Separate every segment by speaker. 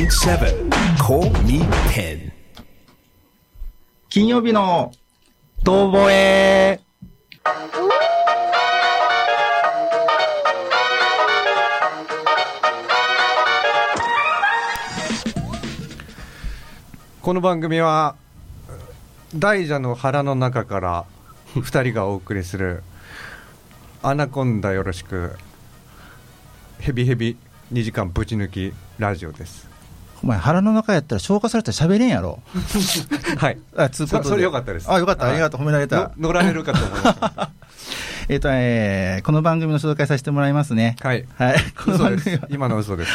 Speaker 1: 7.7 Call Me Pen
Speaker 2: 金曜日の遠吠え。
Speaker 3: この番組は大蛇の腹の中 から2人がお送りする「アナコンダよろしく」ヘビヘビ2時間ぶち抜きラジオ です
Speaker 2: お前腹の中やったら消化されたら喋れんやろ。
Speaker 3: はい
Speaker 2: あ、つうこと
Speaker 3: そ
Speaker 2: で。
Speaker 3: それよかったです
Speaker 2: あ、よかった。
Speaker 3: はい
Speaker 2: ありがとう。褒められた
Speaker 3: の。乗られるかと思いま した
Speaker 2: えっ、と、えー、この番組の紹介させてもらいますね。
Speaker 3: はい
Speaker 2: はい。 この
Speaker 3: 嘘
Speaker 2: 番
Speaker 3: で
Speaker 2: 組
Speaker 3: す
Speaker 2: は、
Speaker 3: 今の嘘です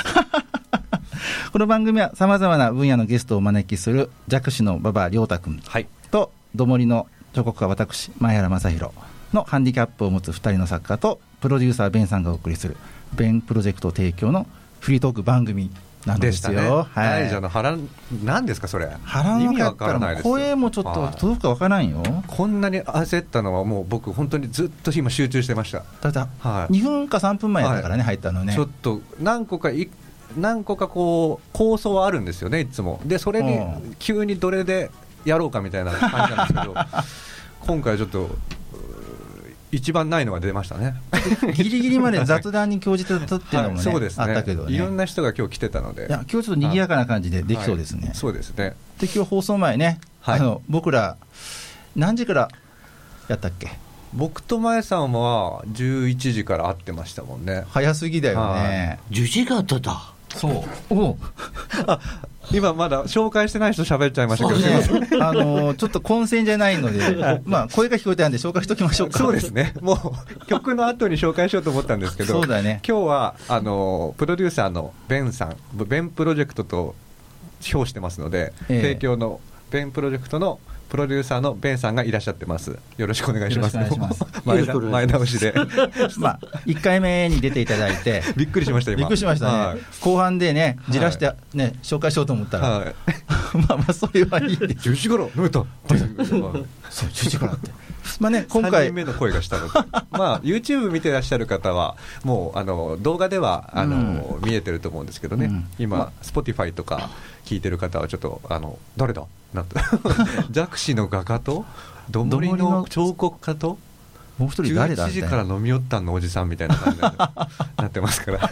Speaker 2: この番組は様々な分野のゲストをお招きする弱視の馬場亮太君
Speaker 3: はい
Speaker 2: と、どもりの彫刻家私、前原正宏のハンディキャップを持つ二人の作家と、プロデューサーベンさんがお送りする、ベンプロジェクト提供のフリートーク番組なん
Speaker 3: で
Speaker 2: で
Speaker 3: し
Speaker 2: す
Speaker 3: た
Speaker 2: よ。
Speaker 3: ね、
Speaker 2: はい。
Speaker 3: 大蛇の腹何ですかそれ
Speaker 2: 腹
Speaker 3: 意
Speaker 2: の
Speaker 3: 味
Speaker 2: 中や
Speaker 3: わ
Speaker 2: っ
Speaker 3: か
Speaker 2: た
Speaker 3: らない
Speaker 2: ら
Speaker 3: ですよ
Speaker 2: 声もちょっと
Speaker 3: はい
Speaker 2: 届くかわからんよ、
Speaker 3: こんなに焦ったのはもう僕本当にずっと今集中してました
Speaker 2: だって
Speaker 3: はい
Speaker 2: 2分か3分前やったからね、入ったのね
Speaker 3: ちょっと何個かい何個かこう構想はあるんですよねいつもでそれ
Speaker 2: う
Speaker 3: に急にどれでやろうかみたいな感じなんですけど 今回はちょっとうー一番ないのが出ましたね
Speaker 2: ギリギ リまで雑談に興じてたっていうのもね,、
Speaker 3: そうですね
Speaker 2: あったけどね
Speaker 3: いろんな人が今日来てたので
Speaker 2: いや今日ちょっと賑やかな感じでできそうですね、
Speaker 3: はいそうですね
Speaker 2: で今日放送前ね、
Speaker 3: はい
Speaker 2: あの僕ら何時からやったっけ
Speaker 3: 僕と前さんは11時から会ってましたもんね
Speaker 2: 早すぎだよね
Speaker 4: 樹字型だ。
Speaker 2: そうお
Speaker 3: 今まだ紹介してない人喋っちゃいましたけど、
Speaker 2: ね、あのちょっと混戦じゃないので、まあ、声が聞こえたんで紹介しときましょうか
Speaker 3: そうです ね、もう曲の後に紹介しようと思ったんですけど、
Speaker 2: そうだね
Speaker 3: 今日はあのプロデューサーのベンさん、ベンプロジェクトと表してますので、
Speaker 2: ええ
Speaker 3: 提供のベンプロジェクトのプロデューサーのベンさんがいらっしゃってます。よろしくお願いします。
Speaker 2: よろしくお願いしま
Speaker 3: も
Speaker 2: す
Speaker 3: う前
Speaker 4: よろしくお願いします
Speaker 3: 前倒しで。
Speaker 2: まあ、1回目に出ていただいて、
Speaker 3: びっくりしました、今。
Speaker 2: びっくりしました
Speaker 3: はい
Speaker 2: ね、後半でね、
Speaker 3: はい
Speaker 2: じらして、ね、紹介しようと思ったら、
Speaker 3: は
Speaker 2: まあまあ、それはいいで
Speaker 3: い。十時頃、飲めた。
Speaker 2: そう、10時からって、 まあね、今
Speaker 3: 今
Speaker 2: 回
Speaker 3: 回、目の声が したので、まあ、YouTube 見てらっしゃる方は、もうあの動画ではあの、見えてると思うんですけどね、
Speaker 2: うん
Speaker 3: 今、Spotify とか聞いてる方は、ちょっと、あの誰だなん て、弱視の画家と、どんぶり
Speaker 2: どんぶ
Speaker 3: の
Speaker 2: りの
Speaker 3: 彫刻家と、
Speaker 2: もう一人誰だ
Speaker 3: 11
Speaker 2: み
Speaker 3: 時
Speaker 2: たい
Speaker 3: から
Speaker 2: な、
Speaker 3: 飲み寄ったんのおじさんみたいな感 じにななってますから、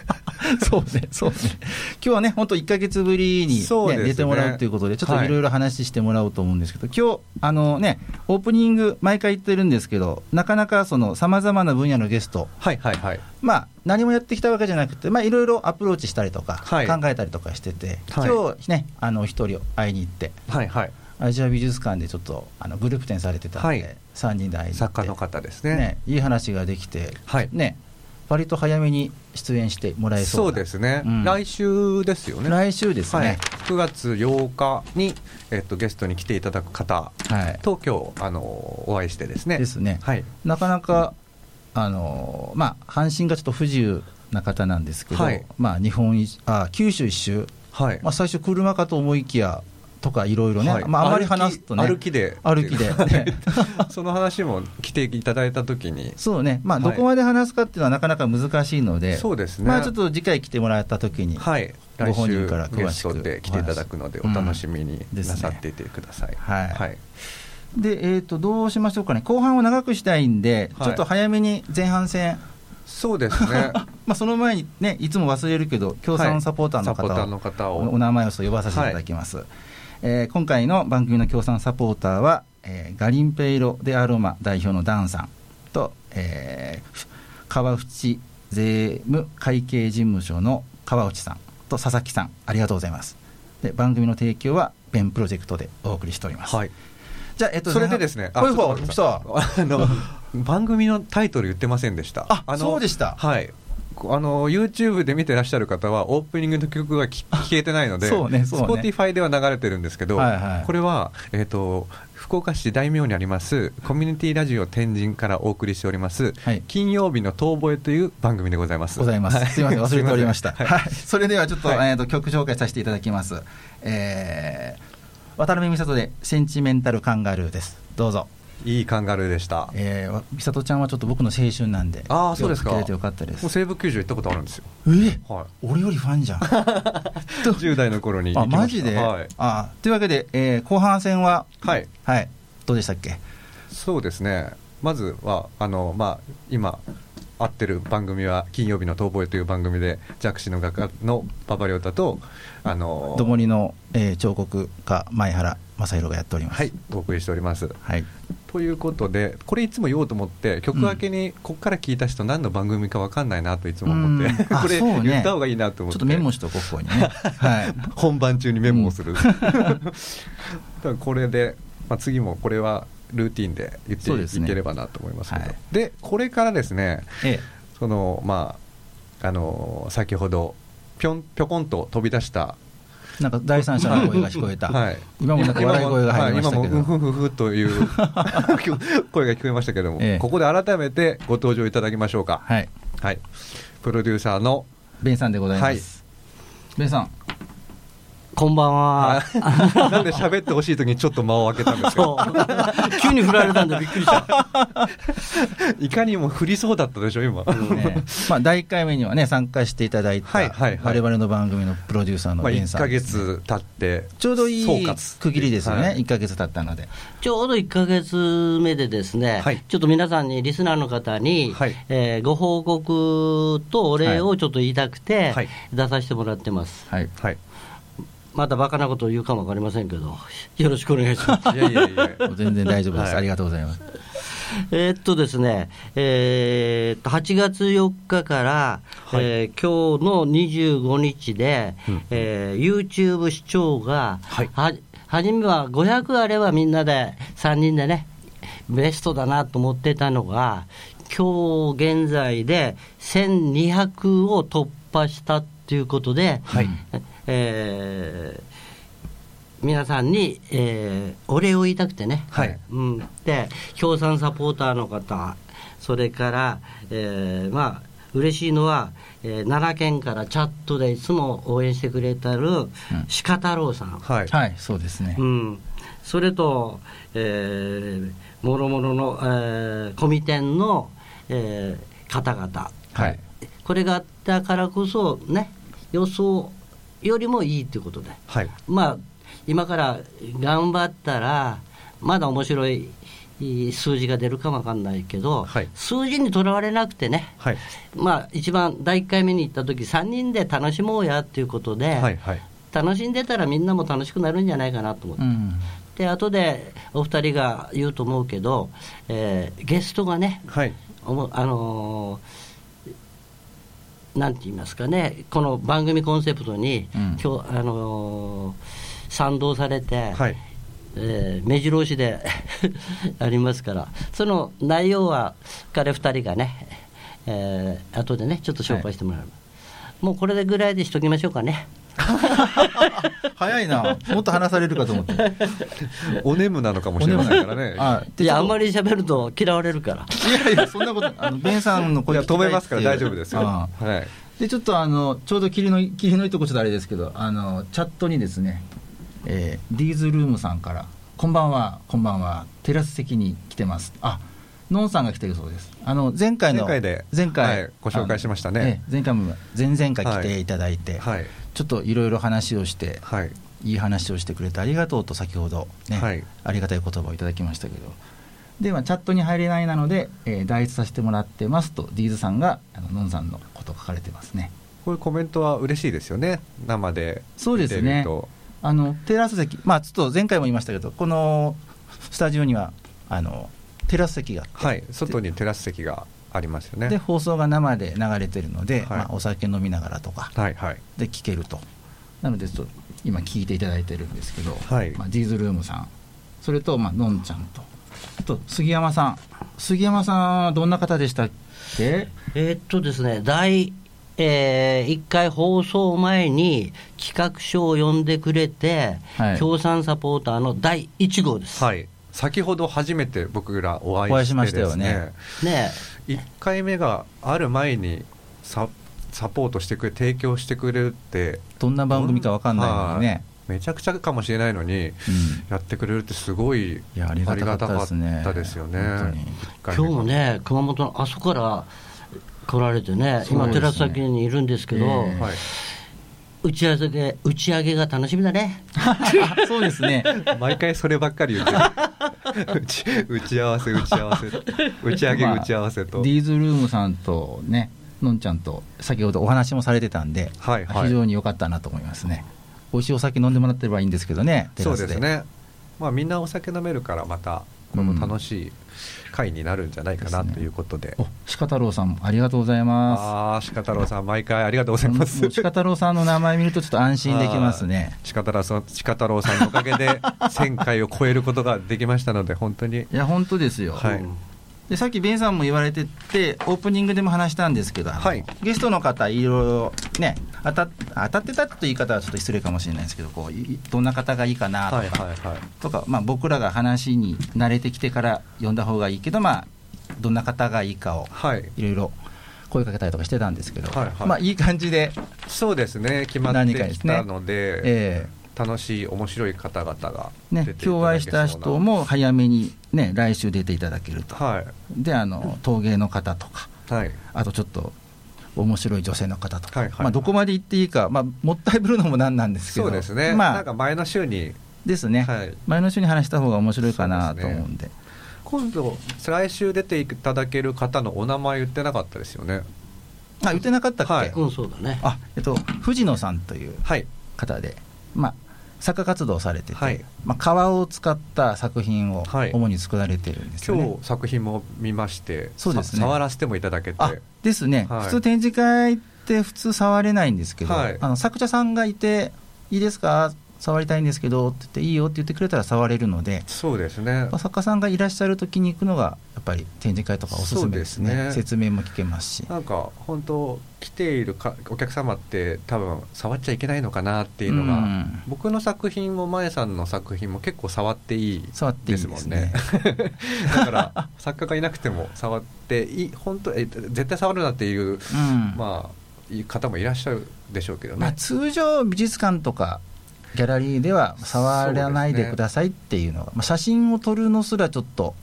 Speaker 2: そうね、そうね、今日はね、本当、1か月ぶりに、
Speaker 3: そう
Speaker 2: ね
Speaker 3: ですね
Speaker 2: 出てもらうということで、ちょっと
Speaker 3: はい
Speaker 2: いろいろ話してもらおうと思うんですけど、今日あのね、オープニング、毎回言ってるんですけど、なかなかさまざまな分野のゲスト、
Speaker 3: はいはいはい、
Speaker 2: まあ、何もやってきたわけじゃなくて、まあ、いろいろアプローチしたりとか、
Speaker 3: はい
Speaker 2: 考えたりとかしてて、
Speaker 3: はい
Speaker 2: 今日ね、あのお一人会いに行って、
Speaker 3: はいはい、
Speaker 2: アジア美術館でちょっとあのグループ展されてたんで、
Speaker 3: はい
Speaker 2: 3人で会いに行っ
Speaker 3: 作
Speaker 2: て
Speaker 3: 家の方ですね。
Speaker 2: ねいい話ができて、
Speaker 3: はい
Speaker 2: ね、割と早めに出演してもらえそう
Speaker 3: そう
Speaker 2: な
Speaker 3: ですね、
Speaker 2: うん
Speaker 3: 来週ですよね。
Speaker 2: 来週です
Speaker 3: はい
Speaker 2: ね、、
Speaker 3: 9月8日に、えっと、ゲストに来ていただく方
Speaker 2: はい
Speaker 3: と今日あのお会いしてですね。
Speaker 2: ですね、
Speaker 3: はい、
Speaker 2: なかなか、あのーまあ、半身がちょっと不自由な方なんですけど、
Speaker 3: はい
Speaker 2: まあ、日本一あ九州一周、
Speaker 3: はい
Speaker 2: まあ、最初、車かと思いきやとか、いろいろね、
Speaker 3: はい
Speaker 2: まあ、あまり話すとね、
Speaker 3: 歩きで
Speaker 2: 歩 きで、ね
Speaker 3: その話も来ていただいたときに、
Speaker 2: そうね、まあ、
Speaker 3: は
Speaker 2: ど
Speaker 3: い
Speaker 2: こまで話すかっていうのはなかなか難しいので、
Speaker 3: そうですね
Speaker 2: まあ、ちょっと次回来てもらった時に、
Speaker 3: はい、
Speaker 2: ご
Speaker 3: 来
Speaker 2: 本
Speaker 3: 週
Speaker 2: 人から詳
Speaker 3: ゲ
Speaker 2: し
Speaker 3: ス
Speaker 2: く
Speaker 3: トで来ていただくので
Speaker 2: お
Speaker 3: お
Speaker 2: 話
Speaker 3: 楽しみに
Speaker 2: うんですね
Speaker 3: なさっていてください。
Speaker 2: はい
Speaker 3: はい
Speaker 2: で、えー、とどうしましょうかね、後半を長くしたいんで、
Speaker 3: はい
Speaker 2: ちょっと早めに前半戦、
Speaker 3: そうです ね。
Speaker 2: まあ、その前にね、いつも忘れるけど、共
Speaker 3: は
Speaker 2: 産
Speaker 3: い
Speaker 2: サポーター
Speaker 3: サ
Speaker 2: の
Speaker 3: ポーター
Speaker 2: 方
Speaker 3: の方
Speaker 2: を、
Speaker 3: を
Speaker 2: お名前をそう呼ばさせていただきます。えー今回の番組の共産サポーターは、えーガリンペイロ・デ・アロマ代表のダンさんと、えーふ川淵税務会計事務所の川内さんと佐々木さん、ありがとうございます。で番組の提供は、ベンプロジェクトでお送りしております。
Speaker 3: はい。
Speaker 2: じゃあ、えっと、
Speaker 3: それでですね、
Speaker 2: ほ
Speaker 3: ち
Speaker 2: い
Speaker 3: ょ
Speaker 2: ほ
Speaker 3: っと待
Speaker 2: い、
Speaker 3: ってく
Speaker 2: 来
Speaker 3: だ
Speaker 2: た
Speaker 3: さ。いあの 番組のタイトル言ってませんでした。
Speaker 2: あ
Speaker 3: の
Speaker 2: そうでした
Speaker 3: はい。あの YouTube で見てらっしゃる方はオープニングの曲が き消えてないので、
Speaker 2: そうねそうね
Speaker 3: Spotify では流れてるんですけど、
Speaker 2: はいはい
Speaker 3: これは、えー、と福岡市大名にありますコミュニティラジオ天神からお送りしております、
Speaker 2: はい
Speaker 3: 金曜日の遠吠えという番組でございます。
Speaker 2: ございます。
Speaker 3: は
Speaker 2: すみません、忘れておりました。
Speaker 3: すいせん
Speaker 2: は
Speaker 3: はい
Speaker 2: い、それではちょっと、
Speaker 3: はい
Speaker 2: えっと曲紹介させていただきます。えー渡辺美里でセンチメンタルカンガルーです。どうぞ。
Speaker 3: いいカンガルーでしたも
Speaker 2: えーわ、美里ちゃんはちょっと僕の青春なんで
Speaker 3: あーそうですか
Speaker 2: よく来てれてよかったです
Speaker 3: う西武球場行ったことあるんですよ
Speaker 2: えー
Speaker 3: は
Speaker 2: 俺よりファ ンじゃん
Speaker 3: い10代の頃に行
Speaker 2: あ
Speaker 3: きました
Speaker 2: マジで、
Speaker 3: はい、
Speaker 2: あというわけで、えー後半戦は
Speaker 3: はい、
Speaker 2: はいどうでしたっけ
Speaker 3: そうですねまずはあの、まあ、今合ってる番組は金曜日の「遠吠え」という番組で弱視の画家の馬場亮太とあの
Speaker 2: どもりの、えー彫刻家前原正宏がやっております
Speaker 3: はい、お送りしております
Speaker 2: はい
Speaker 3: ということでこれいつも言おうと思って曲明けにここから聞いた人何の番組か分かんないなといつも思って、
Speaker 2: うんあ
Speaker 3: これ
Speaker 2: そうね
Speaker 3: 言った方がいいなと思っ
Speaker 2: ちょ
Speaker 3: て
Speaker 2: っとメモしとこうここにね はい
Speaker 3: 本番中にメモをする、 だからこれで、まあ、次もこれはルーティンで言って
Speaker 2: そうです
Speaker 3: い
Speaker 2: ね
Speaker 3: ければなと思いますけどで,、
Speaker 2: はい
Speaker 3: これからですね
Speaker 2: え
Speaker 3: そのまああの先ほどぴょんぴょこんと飛び出した、
Speaker 2: えなんか第三者の声が聞こえた、
Speaker 3: はい、
Speaker 2: 今もなんか笑い声が入りました
Speaker 3: はい今もう
Speaker 2: けど
Speaker 3: んふんふんふんという 声が聞こえましたけども、
Speaker 2: ええ
Speaker 3: ここで改めてご登場いただきましょうか、
Speaker 2: はい
Speaker 3: はい、プロデューサーの
Speaker 2: ベンさんでございます、ベンさん
Speaker 4: こんばんは。
Speaker 3: なんで喋ってほしい時にちょっと間を空けたんです
Speaker 4: そ
Speaker 3: よ
Speaker 4: う。 急に振られたんでびっく りした。
Speaker 3: いかにも振りそうだったでしょ今、
Speaker 2: ねまあ、第1回目にはね参加していただいた
Speaker 3: はいはいはい
Speaker 2: 我々の番組のプロデューサーの
Speaker 3: まあ、
Speaker 2: ベン
Speaker 3: 1
Speaker 2: さん
Speaker 3: か
Speaker 2: ですね、
Speaker 3: 月経って
Speaker 2: ちょうどい
Speaker 3: 総
Speaker 2: い
Speaker 3: 括
Speaker 2: 区切りですよ
Speaker 3: は
Speaker 2: ね、
Speaker 3: い
Speaker 2: 一1か月経ったので、
Speaker 4: ちょうど1か月目でですね、
Speaker 3: はい
Speaker 4: ちょっと皆さんに、リスナーの方に、
Speaker 3: はい
Speaker 4: えーご報告とお礼をちょっと言いたくて、
Speaker 3: はい
Speaker 4: 出させてもらってます。
Speaker 2: はい、
Speaker 3: はい、
Speaker 4: またバカなことを言うかもわかりませんけど、よろしくお願いします。
Speaker 3: いやいやい や
Speaker 2: 全然大丈夫です、
Speaker 3: はい
Speaker 2: ありがとうございます、
Speaker 4: えーっとですね、えーっと8月4日から、
Speaker 3: はい
Speaker 4: えー今日の25日で、
Speaker 3: うん
Speaker 4: えー YouTube 視聴が、
Speaker 3: はい
Speaker 4: 初めは500あればみんなで3人でねベストだなと思ってたのが今日現在で1200を突破したっていうことで、
Speaker 3: はい
Speaker 4: えー皆さんに、えーお礼を言いたくてね、
Speaker 3: はい
Speaker 4: うん、で共産サポーターの方それから、えーまあ嬉しいのは、えー奈良県からチャットでいつも応援してくれてる鹿太郎さん、
Speaker 3: はい
Speaker 2: はい、そうですね、
Speaker 4: うん、それと、えー、もろもろの、えー、コミテンの、えー方々
Speaker 2: はい、
Speaker 4: これがあったからこそね予想よりもいいということで
Speaker 3: はい
Speaker 4: まあ今から頑張ったらまだ面白いいい数字が出るかもわかんないけど、
Speaker 3: はい
Speaker 4: 数字にとらわれなくてね
Speaker 3: はい
Speaker 4: まあ一番第1回目に行った時3人で楽しもうやっていうことで、
Speaker 3: はいはい
Speaker 4: 楽しんでたらみんなも楽しくなるんじゃないかなと思って
Speaker 2: う。ん、
Speaker 4: で後でお二人が言うと思うけど、えーゲストがね
Speaker 3: はい
Speaker 4: おもあのーなんて言いますかねこの番組コンセプトに、
Speaker 2: うん
Speaker 4: 今日あのー賛同されて、
Speaker 3: はい
Speaker 4: えー目白押しで ありますからその内容は彼二人がね、えー後でねちょっと紹介してもらう、もうこれぐらいでしときましょうかね
Speaker 2: 早いな、もっと話されるかと思って、
Speaker 3: おねむなのかもしれませんからね
Speaker 2: あ
Speaker 4: いやあん
Speaker 2: り
Speaker 4: まり喋ると嫌われるから
Speaker 2: いやいや、そんなこと、あのベンさんの
Speaker 3: い
Speaker 2: 声
Speaker 3: や
Speaker 2: 聞きたい
Speaker 3: 止めますから大丈夫
Speaker 2: ってい
Speaker 3: で
Speaker 2: う
Speaker 3: すよ
Speaker 2: あ
Speaker 3: は
Speaker 2: あ
Speaker 3: い
Speaker 2: でちょっとあのちょうど霧の霧のいいとこちょっとあれですけどあのチャットにですね、えーディーズルームさんから「こんばんはこんばんはテラス席に来てます」あノンさんが来てるそうですあの前回の
Speaker 3: 前回で
Speaker 2: 前回、
Speaker 3: はいご紹介しましたね
Speaker 2: あのええ前回も前々回来
Speaker 3: は
Speaker 2: て
Speaker 3: い
Speaker 2: いただいて、
Speaker 3: はい
Speaker 2: ちょっといろいろ話をして、
Speaker 3: はい
Speaker 2: いい話をしてくれてありがとうと先ほど、ね
Speaker 3: はい
Speaker 2: ありがたい言葉をいただきましたけどではチャットに入れないなので、えー、代筆させてもらってますとディーズさんがあのノンさんのこと書かれてますね
Speaker 3: こういうコメントは嬉しいですよね生で
Speaker 2: そうですね
Speaker 3: 見てると
Speaker 2: あのテラス席まあちょっと前回も言いましたけどこのスタジオにはあのテラス席があって、
Speaker 3: はい外にテラス席がありますよ
Speaker 2: で
Speaker 3: ね
Speaker 2: 放送が生で流れてるので、
Speaker 3: はい
Speaker 2: まあ、お酒飲みながらとか
Speaker 3: はいはい
Speaker 2: で聞けるとなのでちょっと今聞いていただいてるんですけど、
Speaker 3: はい
Speaker 2: まあ、ディーズルームさんそれとまあのんちゃんとあと杉山さん杉山さんはどんな方でしたっけ
Speaker 4: えーっとですね、第、え1回放送前に企画書を読んでくれて、
Speaker 2: はい
Speaker 4: 共産サポーターの第1号です。
Speaker 3: はい先ほど初めて僕らお
Speaker 2: お会
Speaker 3: 会
Speaker 2: い
Speaker 3: い
Speaker 2: し
Speaker 3: し
Speaker 2: ま
Speaker 3: ま
Speaker 2: し
Speaker 3: したた
Speaker 2: よ
Speaker 3: よ
Speaker 2: ね
Speaker 3: ね
Speaker 4: ね
Speaker 3: 1回目がある前にササポートしてくれ提供してくれるって
Speaker 2: どんな番組かわかんないのにね
Speaker 3: めちゃくちゃかもしれないのに、やってくれるってすごい
Speaker 2: いやありがたかったですね
Speaker 3: ありがたかったですよね
Speaker 2: 本当に。
Speaker 3: 一回
Speaker 4: 今
Speaker 3: 目
Speaker 4: 日もね、熊本のあそこから来られてね、
Speaker 2: そう
Speaker 4: 今、
Speaker 2: ですね
Speaker 4: 寺崎にいるんですけど、
Speaker 2: え
Speaker 3: はい、
Speaker 4: 打ち上げ、打ち上げが楽しみだね。
Speaker 2: あ そうですね
Speaker 3: 毎回そればっかり言ってる 打ち打ち合わせ打ち合わせ打ち上げ
Speaker 2: まあ
Speaker 3: 打ち合わせと、
Speaker 2: ディーズルームさんとねのんちゃんと先ほどお話もされてたんで、
Speaker 3: はいはい
Speaker 2: 非常に良かったなと思いますね美味しいお酒飲んでもらってればいいんですけどねテ
Speaker 3: そ
Speaker 2: ラ
Speaker 3: う
Speaker 2: ス
Speaker 3: ですねまあみんなお酒飲めるからまたこれも楽しい会になるんじゃないかなということで、
Speaker 2: お鹿太郎さんもありがとうございま
Speaker 3: ああ鹿太郎さん毎回ありがとうご
Speaker 2: す
Speaker 3: ざいま
Speaker 2: も
Speaker 3: す
Speaker 2: う鹿太郎さんの名前見るとちょっと安心できますね
Speaker 3: はい鹿太郎さん鹿太郎さんのおかげ で1000回を超えることができましたので本当に
Speaker 2: いや本当ですよ、
Speaker 3: はい
Speaker 2: でさっきベンさんも言われててオープニングでも話したんですけど、あの
Speaker 3: はい
Speaker 2: ゲストの方いろいろね当た当たってたって言い方はちょっと失礼かもしれないですけどこういどんな方がいいかなとか、
Speaker 3: はいはいはい
Speaker 2: とか、まあ、僕らが話に慣れてきてから呼んだ方がいいけど、まあ、どんな方がいいかを
Speaker 3: はい
Speaker 2: いろいろ声かけたりとかしてたんですけど、
Speaker 3: はいはい
Speaker 2: まあ、いい感じで、
Speaker 3: そうですね決まっ
Speaker 2: 何
Speaker 3: て
Speaker 2: かで
Speaker 3: き
Speaker 2: すね
Speaker 3: たので
Speaker 2: え
Speaker 3: 楽しい面白い方々が
Speaker 2: ー
Speaker 3: 出ていただけ、そ
Speaker 2: ね
Speaker 3: うな
Speaker 2: 共愛した人も早めに、ね、来週出ていただけると、
Speaker 3: は
Speaker 2: であの陶芸の方とか、
Speaker 3: いはい
Speaker 2: あとちょっと。面白い女性の方とか、
Speaker 3: はいはい
Speaker 2: まあ、どこまで行っていいか、まあ、もったいぶるのもなんなんですけど
Speaker 3: そうですね、
Speaker 2: ま
Speaker 3: なんか
Speaker 2: あ、
Speaker 3: 前の週に
Speaker 2: ですね、
Speaker 3: はい
Speaker 2: 前の週に話した方が面白いかなと思うんで
Speaker 3: 今度来週出ていただける方のお名前言ってなかったですよね
Speaker 2: あ言ってなかったっけ、
Speaker 3: はい
Speaker 4: うん、そうだね。
Speaker 2: あえっと、藤野さんという
Speaker 3: はい
Speaker 2: 方で、まあ、作家活動をされてて、
Speaker 3: はい
Speaker 2: まあ、革を使った作品を
Speaker 3: はい
Speaker 2: 主に作られてるんですよね。
Speaker 3: 今日作品も見まして
Speaker 2: そうですね
Speaker 3: さ触らせてもいただけて
Speaker 2: あですね、
Speaker 3: はい
Speaker 2: 普通展示会って普通触れないんですけど、
Speaker 3: はい
Speaker 2: あの作者さんがいて「いいですか触りたいんですけど」って言って「いいよ」って言ってくれたら触れるので。
Speaker 3: そうですね
Speaker 2: やっぱ作家さんがいらっしゃるときに行くのがやっぱり展示会とかおすすめですね
Speaker 3: そうですね
Speaker 2: 説明も聞けますし
Speaker 3: なんか本当来ているかお客様って多分触っちゃいけないのかなっていうのが、
Speaker 2: うん
Speaker 3: 僕の作品も前さんの作品も結構触っていい
Speaker 2: 触ってい
Speaker 3: で
Speaker 2: い
Speaker 3: す
Speaker 2: で
Speaker 3: も
Speaker 2: す
Speaker 3: んね
Speaker 2: ね
Speaker 3: だから作家がいなくても触っていい本当え絶対触るなっていう、
Speaker 2: うん
Speaker 3: まあいう方もいらっしゃるでしょうけど
Speaker 2: まあ、
Speaker 3: ね、
Speaker 2: 通常美術館とかギャラリーでは触らないでくださいっていうのがまあ、写真を撮るのすらちょっと、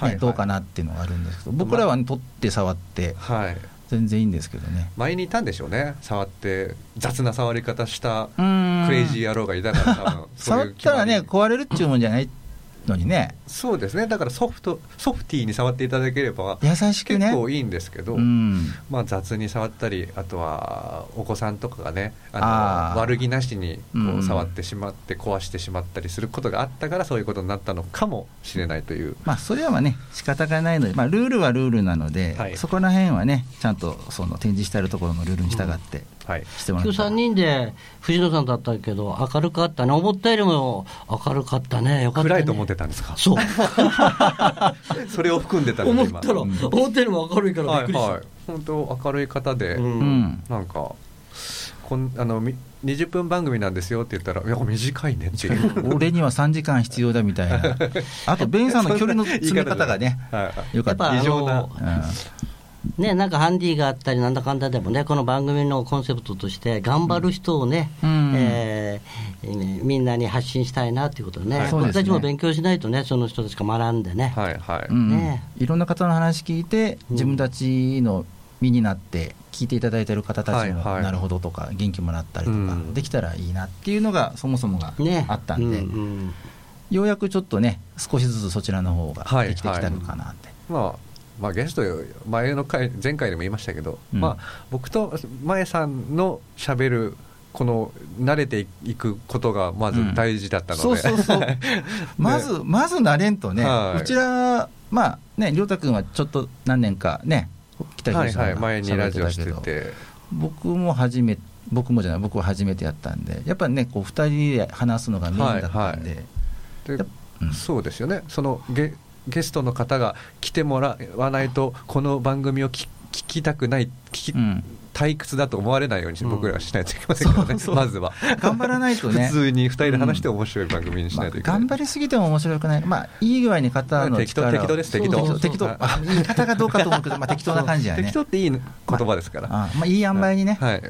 Speaker 2: ね
Speaker 3: はいはい
Speaker 2: どうかなっていうのがあるんですけど僕らは、ね、撮って触って
Speaker 3: はい
Speaker 2: 全然いいんですけどね
Speaker 3: 前にいたんでしょうね触って雑な触り方した
Speaker 2: うーん
Speaker 3: クレイジー野郎がいたから多分そう
Speaker 2: 触
Speaker 3: い
Speaker 2: っ
Speaker 3: う
Speaker 2: たらね
Speaker 3: 決まり
Speaker 2: 壊れるっちゅうもんじゃないのにね
Speaker 3: そうですねだからソフトソフティーに触っていただければ
Speaker 2: 優しく
Speaker 3: 結
Speaker 2: ね
Speaker 3: 構いいんですけど、
Speaker 2: うん
Speaker 3: まあ、雑に触ったりあとはお子さんとかがねあの
Speaker 2: あー
Speaker 3: 悪気なしに
Speaker 2: うん
Speaker 3: こ
Speaker 2: う
Speaker 3: うん触ってしまって壊してしまったりすることがあったからそういうことになったのかもしれないという
Speaker 2: まあそれはまあね仕方がないので、まあ、ルールはルールなので、
Speaker 3: はい
Speaker 2: そこら辺はねちゃんとその展示してあるところのルールに従って
Speaker 3: はい
Speaker 2: してもら
Speaker 4: 今
Speaker 2: っ
Speaker 4: 日
Speaker 2: たら、
Speaker 4: 3人で藤野さんだったけど明るかったね思ったよりも明るかったねよかったね
Speaker 3: 暗いと思ってたんですか
Speaker 4: そう
Speaker 3: それを含んでたの
Speaker 4: 思
Speaker 3: で
Speaker 4: っ
Speaker 3: 今
Speaker 4: たら
Speaker 3: うん
Speaker 4: 思ったよりも明るいから
Speaker 3: はい
Speaker 4: びっくりした、
Speaker 3: はい本当明るい方で、
Speaker 4: うん
Speaker 2: うん、
Speaker 3: なんかこんあのみ20分番組なんですよって言ったら「いや短いね」っていう
Speaker 2: 俺には3時間必要だみたいなあとベンさんの距離の詰め方 がね
Speaker 3: はいはい
Speaker 2: よかっ
Speaker 4: や
Speaker 2: た
Speaker 4: っぱ
Speaker 3: 異常な
Speaker 4: あのね、なんかハンディがあったりなんだかんだでもねこの番組のコンセプトとして頑張る人をね、
Speaker 2: うん
Speaker 4: えーみんなに発信したいなっていうことでね、
Speaker 2: はいそう
Speaker 4: 僕
Speaker 2: ですね
Speaker 4: たちも勉強しないとねその人たちが学んでね、
Speaker 3: はいはい、
Speaker 2: うんうん
Speaker 4: ね
Speaker 2: いろんな方の話聞いて
Speaker 4: うん
Speaker 2: 自分たちの身になって聞いていただいてる方たちも
Speaker 3: はいはい
Speaker 2: なるほどとか元気もらったりと
Speaker 3: う
Speaker 2: か
Speaker 3: ん
Speaker 2: できたらいいなっていうのがそもそもが
Speaker 4: ね
Speaker 2: あったんで
Speaker 4: ううん
Speaker 2: ようやくちょっとね少しずつそちらの方ができてきたのかなって
Speaker 3: まあまあ、ゲストよ前の回前回でも言いましたけど、
Speaker 2: うん
Speaker 3: まあ、僕と前さんのしゃべるこの慣れていくことがまず大事だったので、
Speaker 2: そうそう そうまず、まず慣れんとね、
Speaker 3: はいう
Speaker 2: ちらまあね亮太君はちょっと何年かね北
Speaker 3: は
Speaker 2: 広
Speaker 3: い
Speaker 2: さん
Speaker 3: はい、
Speaker 2: が
Speaker 3: 前にラジオして
Speaker 2: 喋ってたけど
Speaker 3: て
Speaker 2: 僕も初め僕もじゃない僕は初めてやったんでやっぱねこう2人で話すのがメインだったんで、
Speaker 3: はい
Speaker 2: や
Speaker 3: で
Speaker 2: っうん
Speaker 3: そうですよねそのゲゲストの方が来てもらわないとこの番組をき聞きたくない聞き、
Speaker 2: うん
Speaker 3: 退屈だと思われないようにし
Speaker 4: うん
Speaker 3: 僕らはしないといけませんからね、まずは
Speaker 2: 頑張らないとね
Speaker 3: 普通に2人で話して面白い番組にしないといけ
Speaker 2: ま
Speaker 3: な
Speaker 2: あ
Speaker 3: い、
Speaker 2: 頑張りすぎても面白くない、まあ、いい具合に肩の
Speaker 3: 適当
Speaker 2: 力を
Speaker 3: 適当です適
Speaker 4: 当
Speaker 2: そうそう適当
Speaker 3: はい
Speaker 2: あ言い方がどうかと思うけど、まあ、適当な感じやね
Speaker 3: 適当っていい言葉ですから、
Speaker 2: あまあいい塩梅にね、
Speaker 3: はい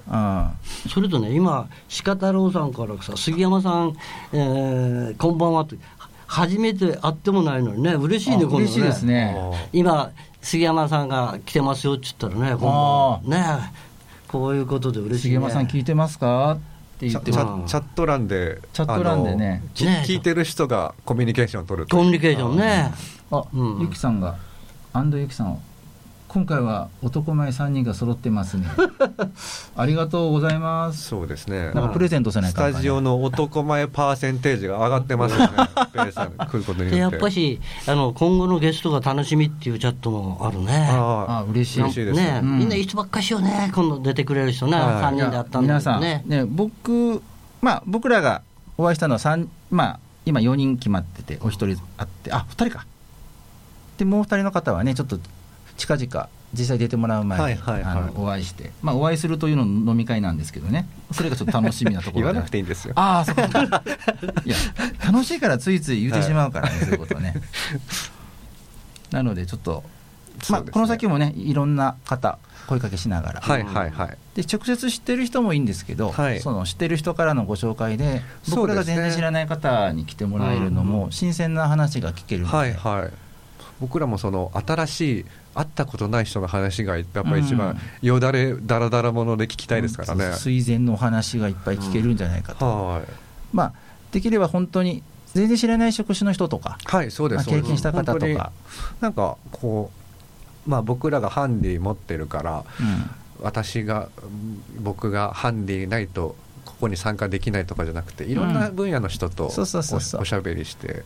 Speaker 4: それとね今鹿太郎さんからさ杉山さん、えーこんばんはっては初めて会ってもないのにね嬉しいね
Speaker 2: あ
Speaker 4: 今度ね
Speaker 2: 嬉しいですね
Speaker 4: 今杉山さんが来てますよって言ったらねこんばんはねこういうことで
Speaker 2: うん
Speaker 4: 嬉しい、
Speaker 2: 杉
Speaker 4: ね、
Speaker 2: 山さん聞いてますかって
Speaker 3: チ
Speaker 2: 言
Speaker 3: ャ
Speaker 2: って
Speaker 3: チ
Speaker 2: ます
Speaker 3: ャチャット欄で
Speaker 2: チャット欄でね
Speaker 3: あのき
Speaker 4: ね
Speaker 3: 聞いてる人がコミュニケーションを取ると
Speaker 4: コミュニケーションね
Speaker 2: あ、
Speaker 4: うん
Speaker 2: ゆきさんが安藤ゆきさんを今回は男前3人が揃ってま すねありがとうございます
Speaker 3: そうですね
Speaker 2: なんかプレゼントせない
Speaker 3: ス
Speaker 2: か
Speaker 3: タ
Speaker 2: んかね
Speaker 3: ジオの男前パーセンテージが上がって ますよね、ペレさん来ることに
Speaker 4: で
Speaker 3: よ
Speaker 4: や
Speaker 3: っ。
Speaker 4: ってぱしあの今後のゲストが楽しみっていうチャットもあるね
Speaker 2: あ
Speaker 3: ああ
Speaker 2: 嬉しい
Speaker 3: 嬉しいです。
Speaker 4: ね、
Speaker 2: うん
Speaker 4: みんないい人ばっかしよね今度出てくれる人ね、
Speaker 3: はい
Speaker 4: 三3人であったんだ
Speaker 2: 皆
Speaker 4: け
Speaker 2: さ
Speaker 4: ど
Speaker 2: んね
Speaker 4: ね
Speaker 2: 僕まあ僕らがお会いしたのは三まあ今4人決まっててお一人あってあ二2人かでもう2人の方はねちょっと近々実際出てもらう前に、
Speaker 3: はいはいはい
Speaker 2: あのお会いしてまあお会いするというのの飲み会なんですけどねそれがちょっと楽しみなとこ
Speaker 3: 言
Speaker 2: ろ
Speaker 3: わ
Speaker 2: で
Speaker 3: なくていいんですよ。
Speaker 2: ああそうかそうかいや楽しいからついつい言うてしまうからね、そういうことねなのでちょっと、
Speaker 3: そ
Speaker 2: まあ
Speaker 3: うですね
Speaker 2: この先もねいろんな方声かけしながら、
Speaker 3: はいはいはい。
Speaker 2: で直接知ってる人もいいんですけど、
Speaker 3: はい
Speaker 2: その知ってる人からのご紹介で
Speaker 3: そう
Speaker 2: 僕
Speaker 3: ですね
Speaker 2: らが全然知らない方に来てもらえるのも新鮮な話が聞けるので、
Speaker 3: はいはい。僕らもその新しい会ったことない人の話がやっぱり一
Speaker 2: うん
Speaker 3: 番よだれだらだらもので聞きたいですからね。
Speaker 2: 水前のお話がいっぱい聞けるんじゃないかと、
Speaker 3: はい。
Speaker 2: まあ、できれば本当に全然知らない職種の人とか、
Speaker 3: はいそうで
Speaker 2: まあ
Speaker 3: す。そうで
Speaker 2: 経
Speaker 3: す
Speaker 2: 験した方と。
Speaker 3: 本当に
Speaker 2: か、
Speaker 3: なんかこうまあ僕らがハンディ持ってるから
Speaker 2: うん
Speaker 3: 私がうん僕がハンディないと。ここに参加できないとかじゃなくていろんな分野の人と
Speaker 2: んそうそうそうそう
Speaker 3: おおしゃべりして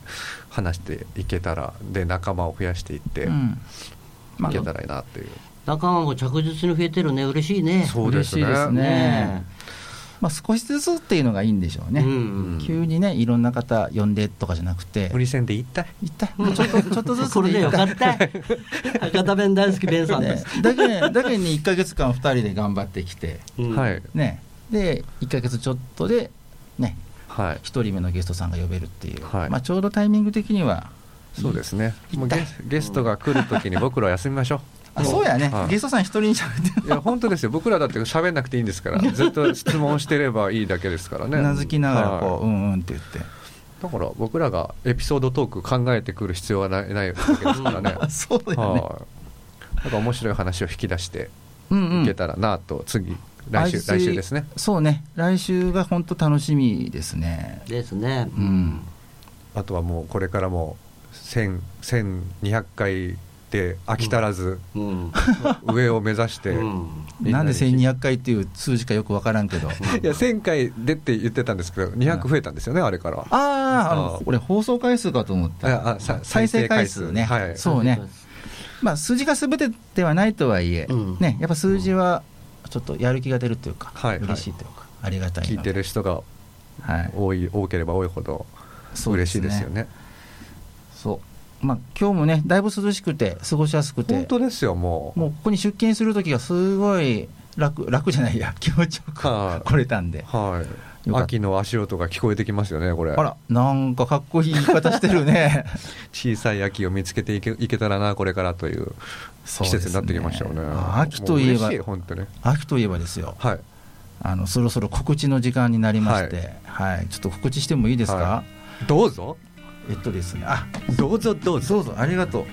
Speaker 3: 話していけたらで仲間を増やしていってい
Speaker 2: うんまあ
Speaker 3: けたらいいなっていう、
Speaker 4: 仲間も着実に増えてるね嬉しいね
Speaker 3: そうですね
Speaker 2: 嬉しいですね
Speaker 4: ね
Speaker 2: まあ、少しずつっていうのがいいんでしょう
Speaker 4: え
Speaker 2: ね、
Speaker 4: うん
Speaker 2: 急にねいろんな方呼んでとかじゃなくて
Speaker 3: 無理せんでいったい
Speaker 2: 一体もうちょっとちょっとずつ
Speaker 4: これで
Speaker 2: いい
Speaker 4: よ
Speaker 2: か
Speaker 4: からった博多弁大好き弁さんで
Speaker 2: ね
Speaker 4: す、
Speaker 2: だけだけに1か月間2人で頑張ってきて、
Speaker 4: うん
Speaker 3: はい
Speaker 2: ね、で1か月ちょっとで、ね、
Speaker 3: はい
Speaker 2: 1人目のゲストさんが呼べるっていう、
Speaker 3: はい
Speaker 2: まあ、ちょうどタイミング的には
Speaker 3: そうですねもう
Speaker 2: 痛
Speaker 3: ゲ
Speaker 2: い
Speaker 3: ゲストが来るときに僕らは休みましょう
Speaker 2: あそうやね、
Speaker 3: はい
Speaker 2: ゲストさん1人にしゃべって
Speaker 3: いや本当ですよ僕らだって喋んなくていいんですからずっと質問してればいいだけですからね
Speaker 2: うなずきながらこう、
Speaker 3: は
Speaker 2: うんうんって言って
Speaker 3: いだから僕らがエピソードトーク考えてくる必要はないないわけですからね
Speaker 2: あ そうだよね、
Speaker 3: はいなんか面白い話を引き出して
Speaker 2: うんう
Speaker 3: い
Speaker 2: ん
Speaker 3: けたらなと次来週
Speaker 2: あ
Speaker 3: 来週ですね
Speaker 2: そうね来週が本当楽しみですね
Speaker 4: ですね、
Speaker 2: うん
Speaker 3: あとはもうこれからも1000 1200回で飽き足らず
Speaker 4: うん
Speaker 3: 上を目指して、
Speaker 4: うん
Speaker 3: みん
Speaker 2: な
Speaker 3: なんに
Speaker 2: で1200回っていう数字かよく分からんけど
Speaker 3: いや1000回でって言ってたんですけど200増えたんですよね、あれから
Speaker 2: あああ
Speaker 3: あ
Speaker 2: の
Speaker 3: ー
Speaker 2: 俺放送回数かと思っ
Speaker 3: あ
Speaker 2: た
Speaker 3: あさ
Speaker 2: 再生回数ね、
Speaker 3: はい
Speaker 2: そうねまあ数字が全てではないとはいえ、
Speaker 4: うん
Speaker 2: ねやっぱ数字はちょっとやる気が出るというか、
Speaker 3: はい
Speaker 2: 嬉しいというかありがたい
Speaker 3: 聞い
Speaker 2: の
Speaker 3: て
Speaker 2: で
Speaker 3: る人が
Speaker 2: はい
Speaker 3: 多い多ければ多いほど
Speaker 2: そう
Speaker 3: 嬉しいですよね
Speaker 2: そうまあ今日もねだいぶ涼しくて過ごしやすくて
Speaker 3: 本当ですよもう
Speaker 2: もうここに出勤する時がすごい楽楽じゃないや 気持ちよく
Speaker 3: はい
Speaker 2: 来れたんで
Speaker 3: はい
Speaker 2: よかった
Speaker 3: 秋の足音が聞こえてきますよねこれ
Speaker 2: あらなんかかっこいい言い方してるね
Speaker 3: 小さい秋を見つけていけいけたらなこれからという
Speaker 2: そう
Speaker 3: 季
Speaker 2: ですね
Speaker 3: 節になってきましたよね
Speaker 2: あ秋といえば
Speaker 3: もう嬉しい本当ね
Speaker 2: 秋といえばですよ
Speaker 3: はい
Speaker 2: あのそろそろ告知の時間になりまして、はいちょっと告知してもいいですか、
Speaker 3: はどうぞ
Speaker 2: えっとですねあ
Speaker 3: どうぞどうぞ、
Speaker 2: どうぞありがとう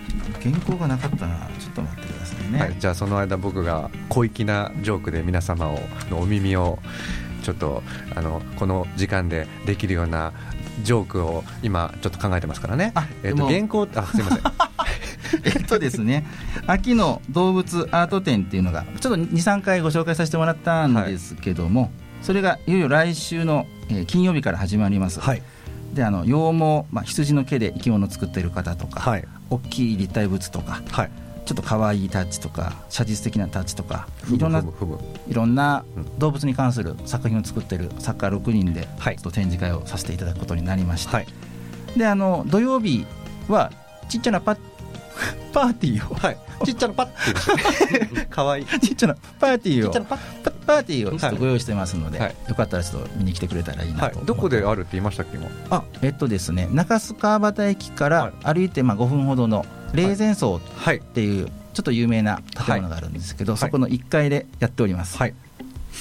Speaker 2: 原稿がなかったなちょっと待ってくださいね、
Speaker 3: はい、じゃあその間僕が小粋なジョークで皆様をのお耳をちょっとあのこの時間でできるようなジョークを今ちょっと考えてますからね
Speaker 2: あ
Speaker 3: えっ
Speaker 2: で
Speaker 3: と
Speaker 2: も
Speaker 3: 原稿あすいま せん
Speaker 2: えっとですね秋の動物アート展っていうのがちょっと23回ご紹介させてもらったんですけども、それがいよいよ来週の、えー金曜日から始まります、
Speaker 3: はい
Speaker 2: であの羊毛、まあ、羊の毛で生き物を作ってる方とか、
Speaker 3: はい
Speaker 2: 大きい立体物とか
Speaker 3: はい
Speaker 2: ちょっと可愛いタッチとか写実的なタッチとか
Speaker 3: ふ
Speaker 2: い
Speaker 3: む
Speaker 2: ろんな
Speaker 3: ふむふむ
Speaker 2: いろんな
Speaker 3: うん
Speaker 2: 動物に関する作品を作っている作家6人でちょ
Speaker 3: はい
Speaker 2: っと展示会をさせていただくことになりました、
Speaker 3: はい
Speaker 2: であの土曜日はちっちゃなパッ パーティーを
Speaker 3: はいちっちゃなパッて かわいいち
Speaker 2: ちっちゃなパーティー
Speaker 3: っ
Speaker 2: を
Speaker 3: ちゃなパッ
Speaker 2: パパーティーをちょっとご用意してますので、
Speaker 3: はい
Speaker 2: よかったらちょっと見に来てくれたらいいな
Speaker 3: は
Speaker 2: と思って、
Speaker 3: いどこであるって言いましたっけ今
Speaker 2: あえっとですね中須川端駅から歩いてまあ5分ほどの霊前荘
Speaker 3: はい
Speaker 2: っていうちょっと有名な建物があるんですけど、
Speaker 3: はい
Speaker 2: そこの1階でやっております、
Speaker 3: はい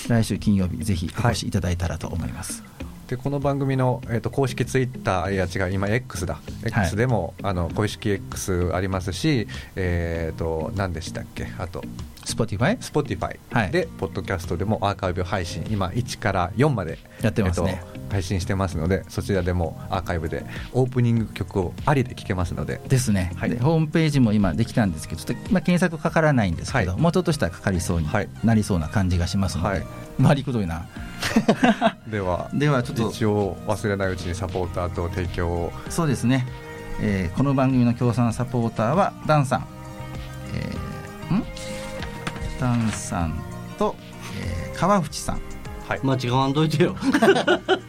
Speaker 2: 来週金曜日ぜひお越しいただいたらと思います、
Speaker 3: でこの番組の、えー、と公式ツイッターいや違う今 X だ X でも、あの公式 X ありますしえっ、と何でしたっけあと
Speaker 2: Spotify
Speaker 3: Spotify
Speaker 2: はい
Speaker 3: で、ポッドキャストでもアーカイブ配信今1から4まで
Speaker 2: やってますね
Speaker 3: えっと配信してますのでそちらでもアーカイブでオープニング曲をありで聴けますので
Speaker 2: ですね、
Speaker 3: はい
Speaker 2: でホームページも今できたんですけどちょっと、まあ、検索かからないんですけど、
Speaker 3: は
Speaker 2: もうちょっとしたらかかりそうに
Speaker 3: はい
Speaker 2: なりそうな感じがしますので、
Speaker 3: はい
Speaker 2: 回りくど いな
Speaker 3: では
Speaker 2: ではちょっと
Speaker 3: 一応忘れないうちにサポーターと提供を
Speaker 2: そうですね、えーこの番組の協賛サポーターはダンさん、えーんダンさんと、えー川淵さん
Speaker 3: はい
Speaker 4: 間違わんといてよ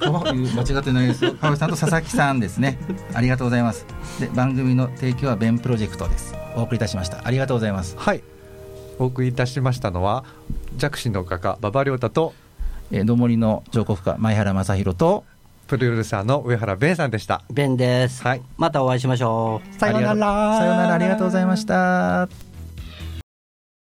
Speaker 2: 川間違ってないで すよ川淵さんと佐々木さんですねありがとうございますで番組の提供はベンプロジェクトですお送りいたしましたありがとうございます、
Speaker 3: はいお送りいたしましたのは弱視の画家馬場亮太と
Speaker 2: えー、どもりの彫刻家前原正弘と
Speaker 3: プロデューサーの上原弁さんでした
Speaker 4: ベンです、
Speaker 3: はい
Speaker 4: またお会いしましょう
Speaker 3: さようなら
Speaker 2: ありがとうさようならありがとうございました